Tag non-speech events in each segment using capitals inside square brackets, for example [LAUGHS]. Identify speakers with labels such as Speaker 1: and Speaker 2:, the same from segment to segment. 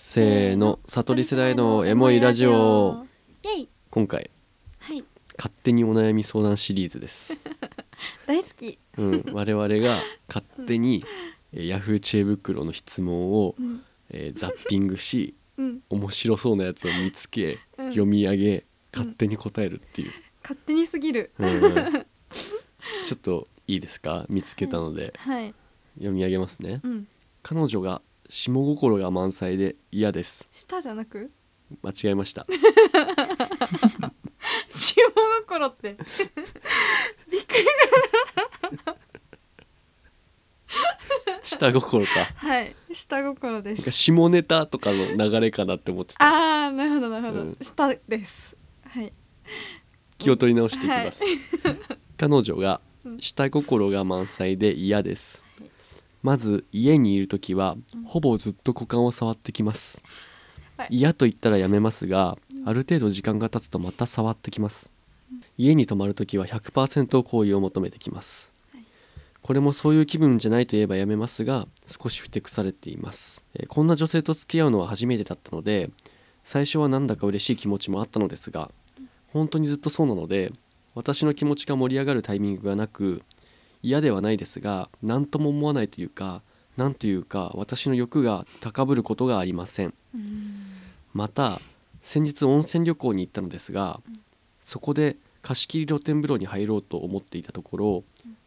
Speaker 1: せーの悟り世代のエモいラジオ
Speaker 2: イエイ
Speaker 1: 今回
Speaker 2: はい
Speaker 1: 勝手にお悩み相談シリーズ
Speaker 2: [LAUGHS]
Speaker 1: です、
Speaker 2: 大好き、
Speaker 1: うん、我々が勝手に、えーヤフー知恵袋の質問を、
Speaker 2: うん
Speaker 1: えーザッピングし
Speaker 2: うん、
Speaker 1: 面白そうなやつを見つけ、
Speaker 2: うん
Speaker 1: 読み上げ勝手に答えるっていう、
Speaker 2: 勝手にすぎる
Speaker 1: うん
Speaker 2: [LAUGHS]
Speaker 1: ちょっといいですか見つけたので、
Speaker 2: はい
Speaker 1: 読み上げますね
Speaker 2: うん
Speaker 1: 彼女が下心が満載で嫌です
Speaker 2: 舌じゃなく
Speaker 1: 間違えました
Speaker 2: [LAUGHS] 下心ってびっくりした
Speaker 1: 下心か
Speaker 2: はい下心
Speaker 1: な
Speaker 2: で
Speaker 1: んか
Speaker 2: す
Speaker 1: 下ネタとかの流れかなって思ってた
Speaker 2: ああなるほどなるほど、
Speaker 1: うん
Speaker 2: 下ですはい
Speaker 1: 気を取り直していきます、 [LAUGHS]
Speaker 2: [LAUGHS]
Speaker 1: 彼女が
Speaker 2: うん
Speaker 1: 下心が満載で嫌です
Speaker 2: はい
Speaker 1: まず家にいる時は
Speaker 2: うん
Speaker 1: ほぼずっと股間を触ってきます
Speaker 2: やばい
Speaker 1: 嫌と言ったらやめますが
Speaker 2: うん
Speaker 1: ある程度時間が経つとまた触ってきます家に泊まる時は100%行為を求めてきます
Speaker 2: はい
Speaker 1: これもそういう気分じゃないと言えばやめますが少しふてくされています、えーこんな女性と付き合うのは初めてだったので最初はなんだか嬉しい気持ちもあったのですが本当にずっとそうなので私の気持ちが盛り上がるタイミングがなく嫌ではないですが何とも思わないというか何というか私の欲が高ぶることがありませんまた先日温泉旅行に行ったのですがそこで貸し切り露天風呂に入ろうと思っていたところ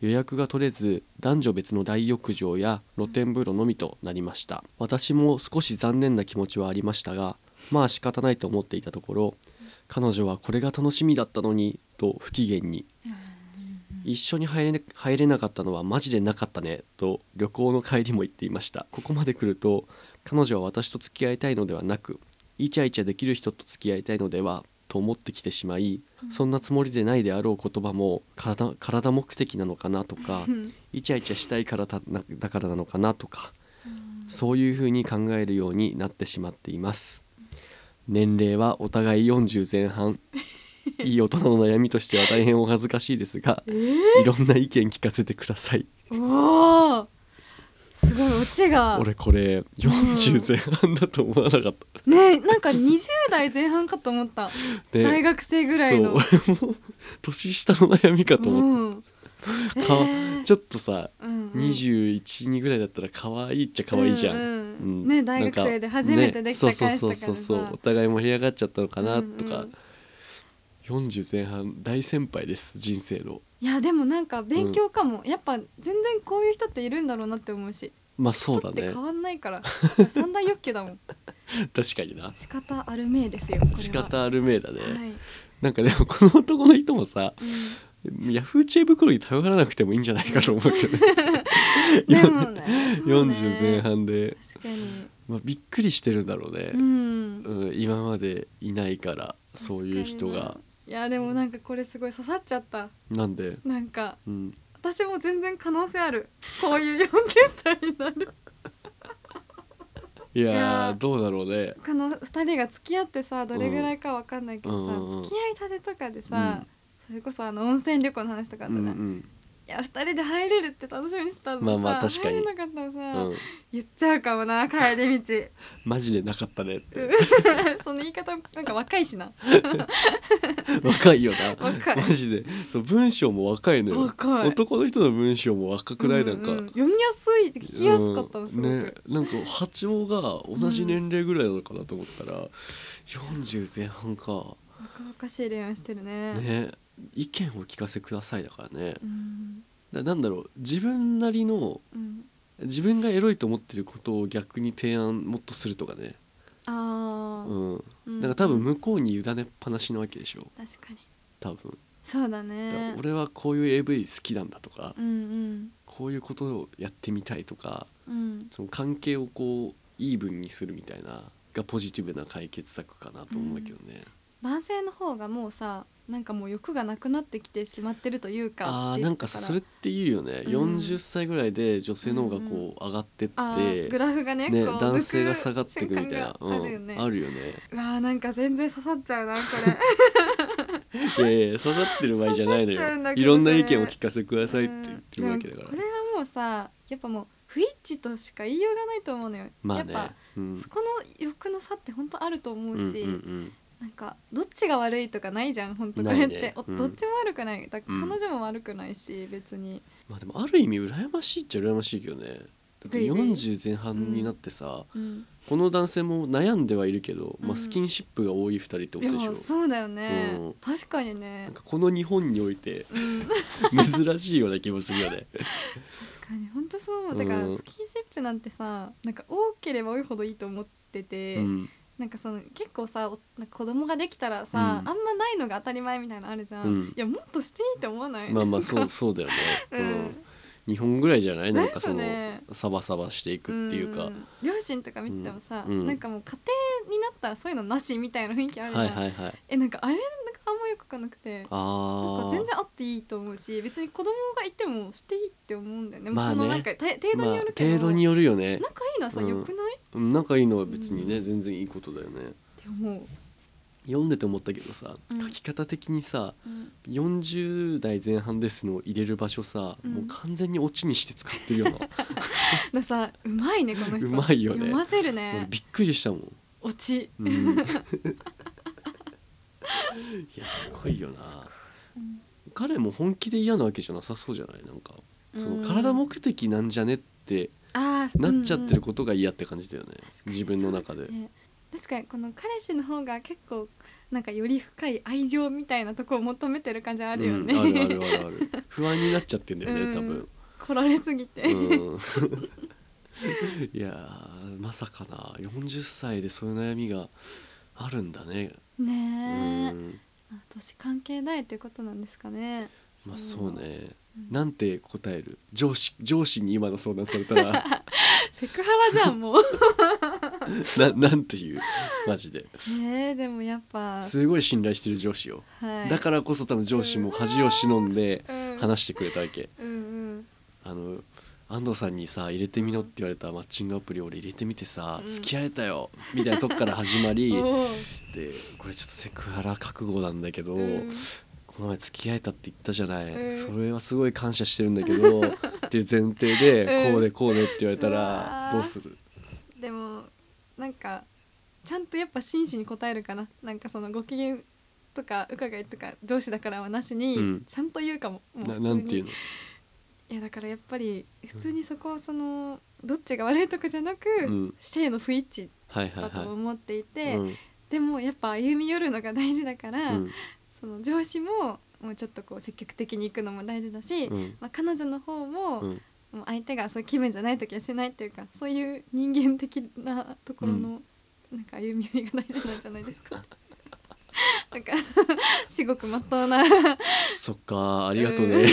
Speaker 1: 予約が取れず男女別の大浴場や露天風呂のみとなりました私も少し残念な気持ちはありましたがまあ仕方ないと思っていたところ彼女はこれが楽しみだったのにと不機嫌に一緒に入れ,、入れなかったのはマジでなかったねと旅行の帰りも言っていましたここまで来ると彼女は私と付き合いたいのではなくイチャイチャできる人と付き合いたいのではと思ってきてしまいそんなつもりでないであろう言葉も体体目的なのかなと
Speaker 2: [LAUGHS]
Speaker 1: か
Speaker 2: うん
Speaker 1: イチャイチャしたいからだなだからなのかなとかそういうふうに考えるようになってしまっています年齢はお互い40前半
Speaker 2: [LAUGHS]
Speaker 1: いい大人の悩みとしては大変お恥ずかしいですが
Speaker 2: えー
Speaker 1: いろんな意見聞かせてください
Speaker 2: おおすごいオチが
Speaker 1: 俺これ40前半だと思わなかっ
Speaker 2: ねなんか20代前半かと思った、
Speaker 1: たね
Speaker 2: [LAUGHS] 大学生ぐらいの
Speaker 1: そう [LAUGHS] 俺も年下の悩みかと思っ
Speaker 2: うん
Speaker 1: た、かわ
Speaker 2: えー
Speaker 1: ちょっとさ
Speaker 2: うんうん
Speaker 1: 212ぐらいだったら可愛いっちゃ可愛いじゃん、
Speaker 2: うんうん
Speaker 1: うん
Speaker 2: ね大学生で
Speaker 1: なんか
Speaker 2: 初めてできた
Speaker 1: ね
Speaker 2: 彼氏とかでさ
Speaker 1: そうそうそうそうお互い盛り上がっちゃったのかなとか、
Speaker 2: うん
Speaker 1: 40前半大先輩です人生の
Speaker 2: いやでもなんか勉強かも、やっぱ全然こういう人っているんだろうなって思うし
Speaker 1: まあそうだ
Speaker 2: 人って
Speaker 1: ね
Speaker 2: 変わんな
Speaker 1: [LAUGHS]
Speaker 2: いから三大欲求だもん
Speaker 1: 確かにな
Speaker 2: 仕方あるめいですよこれは
Speaker 1: 仕方あるめえだね、
Speaker 2: はい、うん、
Speaker 1: なんかでもこの男の人もさヤフー知恵袋に頼らなくてもいいんじゃないかと思うけどね
Speaker 2: [LAUGHS] で
Speaker 1: [LAUGHS]
Speaker 2: もねそうね
Speaker 1: 40前半で、
Speaker 2: 確かに
Speaker 1: まあ、びっくりしてるんだろうね
Speaker 2: う、ん
Speaker 1: うん、今までいないからそういう人
Speaker 2: 確
Speaker 1: が
Speaker 2: かにないやでもなんかこれすごい刺さっちゃった
Speaker 1: なんで、
Speaker 2: なんか
Speaker 1: うん、
Speaker 2: 私も全然可能性あるこういう40歳になる
Speaker 1: いやー
Speaker 2: いやー
Speaker 1: どうだろうね
Speaker 2: この2人が付き合ってさどれぐらいかわかんないけどさ、
Speaker 1: うんうんうん
Speaker 2: 付き合いたてとかでさ、
Speaker 1: うん
Speaker 2: それこそあの温泉旅行の話とかあっ
Speaker 1: う
Speaker 2: たじゃん、い
Speaker 1: ん
Speaker 2: や2人で入れるって楽しみにしてたのにさ、
Speaker 1: まあまあ確かに
Speaker 2: 入れなかったら
Speaker 1: う
Speaker 2: さ、
Speaker 1: ん、うん、
Speaker 2: 言っちゃうかもな帰り道 [LAUGHS]
Speaker 1: マジでなかったねって
Speaker 2: その言い方なんか若いしな
Speaker 1: 若いよな
Speaker 2: [LAUGHS] 若い
Speaker 1: マジでそう文章も若いのよ
Speaker 2: 若い
Speaker 1: 男の人の文章も若くないなんか、
Speaker 2: うう読みやすい聞きやすかったのすごく、
Speaker 1: うんね、なんか八王が同じ年齢ぐらいなのかなと思ったら、40前半か
Speaker 2: 若々しい恋愛してるね
Speaker 1: ね意見を聞かせくださいだからね
Speaker 2: うん
Speaker 1: だなんだろう自分なりの
Speaker 2: うん
Speaker 1: 自分がエロいと思ってることを逆に提案もっとするとかね
Speaker 2: ああ、
Speaker 1: うん
Speaker 2: う
Speaker 1: なんか多分向こうに委ねっぱなしなわけでしょ
Speaker 2: 確かに
Speaker 1: 多分、
Speaker 2: そう
Speaker 1: だか
Speaker 2: だ
Speaker 1: ら
Speaker 2: ね
Speaker 1: 俺はこういう AV 好きなんだとか、
Speaker 2: うんうん
Speaker 1: こういうことをやってみたいとか
Speaker 2: うん
Speaker 1: その関係をこうイーブンにするみたいながポジティブな解決策かなと思うけどね、
Speaker 2: 男性の方がもうさなんかもう欲がなくなってきてしまってるというか
Speaker 1: ああ
Speaker 2: って
Speaker 1: な
Speaker 2: 言っ
Speaker 1: ん
Speaker 2: て
Speaker 1: か
Speaker 2: た
Speaker 1: さ
Speaker 2: ら
Speaker 1: それって言うよね、
Speaker 2: うん
Speaker 1: 40歳ぐらいで女性の方がこう上がってって、
Speaker 2: あーグラフがね
Speaker 1: ね、
Speaker 2: こう
Speaker 1: 男性が下がってくみたいな
Speaker 2: 抜、く瞬間があるよね、
Speaker 1: うん、あるよね
Speaker 2: うわーなんか全然刺さっちゃうなこ
Speaker 1: [LAUGHS]
Speaker 2: れ
Speaker 1: いやいや下がってる場
Speaker 2: [LAUGHS]
Speaker 1: 合じゃないの
Speaker 2: 刺さっちゃうんだ
Speaker 1: よ
Speaker 2: けどね
Speaker 1: いろんな意見を聞かせてくださいって言ってるわけだから
Speaker 2: うんでもこれはもうさやっぱもう不一致としか言いようがないと思うのよ、
Speaker 1: まあ
Speaker 2: やっ
Speaker 1: ね
Speaker 2: ぱ、
Speaker 1: うん
Speaker 2: そ、この欲の差って本当あると思
Speaker 1: う
Speaker 2: うん
Speaker 1: うん
Speaker 2: し、
Speaker 1: うん
Speaker 2: なんかどっちが悪いとかないじゃん本当こ
Speaker 1: な
Speaker 2: れ
Speaker 1: いね
Speaker 2: って、お
Speaker 1: うん
Speaker 2: どっちも悪くないだから
Speaker 1: うん
Speaker 2: 彼女も悪くないし、別に
Speaker 1: まあでもある意味羨ましいっちゃ羨ましいけどねだって
Speaker 2: ぐいぐい
Speaker 1: 40前半になってさ、
Speaker 2: うん
Speaker 1: この男性も悩んではいるけど、ま
Speaker 2: う
Speaker 1: あ、
Speaker 2: ん
Speaker 1: スキンシップが多い2人ってこ
Speaker 2: い
Speaker 1: とでしょ、
Speaker 2: やそうだよね、
Speaker 1: うん
Speaker 2: 確かにね
Speaker 1: なんかこの日本におい
Speaker 2: [LAUGHS]
Speaker 1: て
Speaker 2: うん
Speaker 1: 珍しいような気もするよね
Speaker 2: 確かに本当そうだから
Speaker 1: うん
Speaker 2: スキンシップなんてさなんか多ければ多いほどいいと思ってて、
Speaker 1: うん
Speaker 2: なんかその結構さおなんか子供ができたらさ、
Speaker 1: うん
Speaker 2: あんまないのが当たり前みたいなのあるじゃん、
Speaker 1: うん
Speaker 2: いやもっとしていいと思わない
Speaker 1: まあまあ
Speaker 2: な
Speaker 1: そ
Speaker 2: ん
Speaker 1: う
Speaker 2: か
Speaker 1: そうだよね、
Speaker 2: うん
Speaker 1: 日本ぐらいじゃないなんかその、
Speaker 2: だよね
Speaker 1: サバサバしていくっていうか、
Speaker 2: ん両親とか見ててもさ、
Speaker 1: うん
Speaker 2: なんかもう家庭になったらそういうのなしみたいな雰囲気あるじゃん、
Speaker 1: はいはいはい
Speaker 2: えなんかあれなんかあんまよくわかんなくてなん
Speaker 1: あ
Speaker 2: か
Speaker 1: あ
Speaker 2: 全然あっていいと思うし別に子供がいてもしていいって思うんだよね,、
Speaker 1: まあね
Speaker 2: そのなんかた程度によるけど、
Speaker 1: まあ、程度によるよね
Speaker 2: 仲いいのはさ、
Speaker 1: うん
Speaker 2: よくないっ
Speaker 1: うん仲いいのは別にね、全然いいことだよね
Speaker 2: て思う、
Speaker 1: 読んでて思ったけどさ、
Speaker 2: うん
Speaker 1: 書き方的にさ
Speaker 2: うん
Speaker 1: 「40代前半です」の入れる場所さ、
Speaker 2: うん
Speaker 1: もう完全にオチにして使って
Speaker 2: [LAUGHS]
Speaker 1: るよな
Speaker 2: だからさうまいねこの人
Speaker 1: うまいよね
Speaker 2: 読ませる
Speaker 1: 俺
Speaker 2: ね
Speaker 1: びっくりしたもん、
Speaker 2: オチ、 [LAUGHS]
Speaker 1: うん、いやすごいよな彼も本気で嫌なわけじゃなさそうじゃないなんかその体目的なんじゃねって
Speaker 2: あー
Speaker 1: なっちゃって
Speaker 2: うんう
Speaker 1: る
Speaker 2: ん
Speaker 1: ことが嫌って感じだよね、
Speaker 2: 確かに
Speaker 1: 自分の中で、
Speaker 2: そうだね確かにこの彼氏の方が結構なんかより深い愛情みたいなとこを求めてる感じあるよね、
Speaker 1: うん、あるあるあるある不安になっちゃってんだよね、
Speaker 2: うん
Speaker 1: 多分
Speaker 2: 来られすぎて、
Speaker 1: うん [LAUGHS] いやーまさかな40歳でそういう悩みがあるんだね、う
Speaker 2: ねえ、
Speaker 1: ん
Speaker 2: まあ年関係ないってことなんですかね
Speaker 1: まあそうね
Speaker 2: うん
Speaker 1: なんて答える上司上司に今の相談されたら [LAUGHS]
Speaker 2: セクハラじゃんもう
Speaker 1: ななんていうマジで
Speaker 2: ねえでもやっぱ
Speaker 1: すごい信頼してる上司を、
Speaker 2: はい
Speaker 1: だからこそ多分上司も恥を忍んで
Speaker 2: うん
Speaker 1: 話してくれたわけ、
Speaker 2: うんうん
Speaker 1: あの安藤さんにさ入れてみろって言われたマッチングアプリ俺入れてみてさ、
Speaker 2: うん
Speaker 1: 付き合えたよみたいなとこから始まり
Speaker 2: [LAUGHS] おう
Speaker 1: でこれちょっとセクハラ覚悟なんだけど、
Speaker 2: うん
Speaker 1: この前付き合えたって言ったじゃない、
Speaker 2: うん
Speaker 1: それはすごい感謝してるんだけ
Speaker 2: [LAUGHS]
Speaker 1: どっていう前提で、
Speaker 2: うん
Speaker 1: こうでこうでって言われた
Speaker 2: う
Speaker 1: ら
Speaker 2: わー
Speaker 1: どうする
Speaker 2: でもなんかちゃんとやっぱ真摯に答えるかななんかそのご機嫌とか伺いとか上司だからはなしに、
Speaker 1: うん
Speaker 2: ちゃんと言うかももう
Speaker 1: な
Speaker 2: 普通に
Speaker 1: なんていうの
Speaker 2: いやだからやっぱり普通にそこはそのどっちが悪いとかじゃなく、
Speaker 1: うん
Speaker 2: 性の不一致
Speaker 1: はいはい
Speaker 2: だと
Speaker 1: は
Speaker 2: 思ってい
Speaker 1: い、
Speaker 2: て、
Speaker 1: うん
Speaker 2: でもやっぱ歩み寄るのが大事だから、
Speaker 1: うん
Speaker 2: その上司ももうちょっとこう積極的に行くのも大事だし、
Speaker 1: うん
Speaker 2: まあ、彼女の方も,、
Speaker 1: うん
Speaker 2: もう相手がそういう気分じゃない時はしないっていうかそういう人間的なところの、なんか歩み寄りが大事なんじゃないで
Speaker 1: [LAUGHS]
Speaker 2: すか。なんか至極まっとうな
Speaker 1: そっかありがとうね、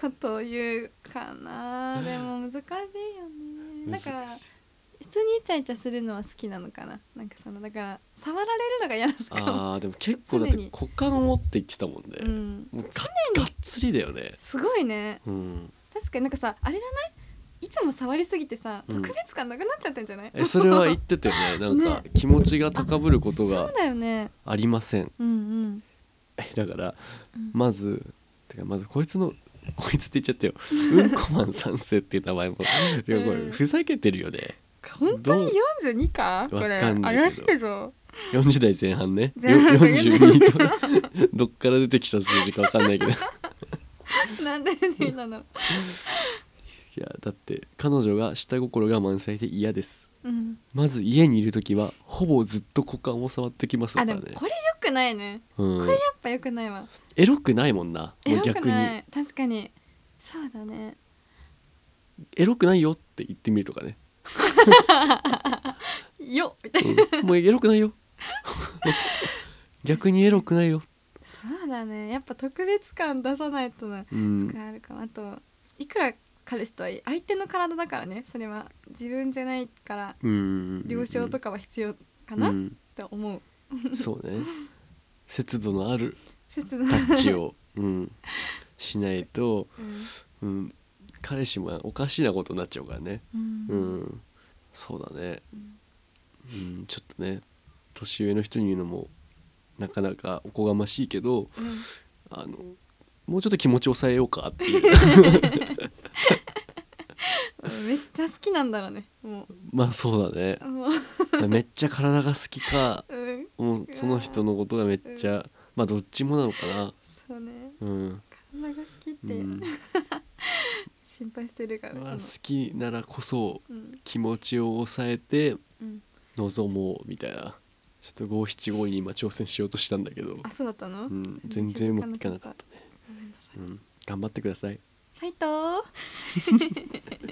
Speaker 2: ことを言うかなでも難しいよ
Speaker 1: [LAUGHS]
Speaker 2: ねだから
Speaker 1: 難しい
Speaker 2: 普通にイチャイチャするのは好きなのかななんかそのだから触られるのが嫌なのかも、
Speaker 1: あーでも結構だって
Speaker 2: 常に
Speaker 1: 股間を持って言ってたもんね、
Speaker 2: うん、
Speaker 1: もうががっつりだよね
Speaker 2: すごいね
Speaker 1: うん
Speaker 2: 確かになんかさあれじゃないいつも触りすぎてさ
Speaker 1: うん
Speaker 2: 特別感なくなっちゃってんじゃない、 [LAUGHS]
Speaker 1: えそれは言ってたよねなんか気持ちが高ぶること
Speaker 2: そう
Speaker 1: が
Speaker 2: だよね
Speaker 1: ありません、
Speaker 2: うんうん
Speaker 1: [LAUGHS] だから
Speaker 2: うん
Speaker 1: まずてかまずこいつの [LAUGHS] こいつって言っちゃった
Speaker 2: [LAUGHS]
Speaker 1: ようんこマン三世っていう名前もいやこれふざけてるよね
Speaker 2: 本当に42かこれ
Speaker 1: わかんないけど
Speaker 2: 怪しいぞ
Speaker 1: 40代前半ね
Speaker 2: 前半
Speaker 1: 42と [LAUGHS] どっから出てきた数字かわかんないけどい [LAUGHS]
Speaker 2: なんでねなの
Speaker 1: やだって彼女が下心が満載で嫌です
Speaker 2: うん
Speaker 1: まず家にいる時はほぼずっと股間を触ってきますか
Speaker 2: あ
Speaker 1: ら
Speaker 2: で
Speaker 1: ね
Speaker 2: もこれ良くないね
Speaker 1: うん、
Speaker 2: これやっぱ良くないわ
Speaker 1: エロくないもんな
Speaker 2: エ
Speaker 1: もう
Speaker 2: ロく
Speaker 1: 逆に
Speaker 2: ない確かにそうだね
Speaker 1: エロくないよって言ってみるとかね、
Speaker 2: よみたいな
Speaker 1: うんもうエロくない
Speaker 2: [LAUGHS]
Speaker 1: よ [LAUGHS] 逆にエロくないよ、
Speaker 2: そうだねやっぱ特別感出さないとな
Speaker 1: うん、
Speaker 2: があるかなあといくら彼氏とはいえ相手の体だからねそれは自分じゃないから
Speaker 1: うん
Speaker 2: 了承とかは必要かな、
Speaker 1: うん
Speaker 2: と思う
Speaker 1: そうね節度のある
Speaker 2: 切
Speaker 1: タ
Speaker 2: な、
Speaker 1: ッチを、うん、しないと、
Speaker 2: う
Speaker 1: う
Speaker 2: ん
Speaker 1: ん、彼氏もおかしなことになっちゃうからね
Speaker 2: うん
Speaker 1: うん、そうだね、うん、ちょっとね年上の人に言うのもなかなかおこがましいけど
Speaker 2: うん
Speaker 1: あ [LAUGHS] のもうちょっと気持ち抑えようかっていう
Speaker 2: めっちゃ好きなんだろうねも
Speaker 1: まあそうだね
Speaker 2: うもう、
Speaker 1: めっちゃ体が好きか
Speaker 2: うん、
Speaker 1: もうその人のことがめっちゃまあどっちもなのかな
Speaker 2: そうね
Speaker 1: うん、
Speaker 2: 体が好きっ
Speaker 1: う
Speaker 2: て、
Speaker 1: ん
Speaker 2: 心配してるから、
Speaker 1: まあ、好き
Speaker 2: 今
Speaker 1: ならこそ
Speaker 2: うん
Speaker 1: 気持ちを抑えて
Speaker 2: うん
Speaker 1: 望もうみたいなちょっと五七五に今挑戦しようとしたんだけど、
Speaker 2: あそうだったの、
Speaker 1: うん、全然うまくいかなかったね、
Speaker 2: ごめんなさい
Speaker 1: うん、頑張ってください
Speaker 2: ファイトー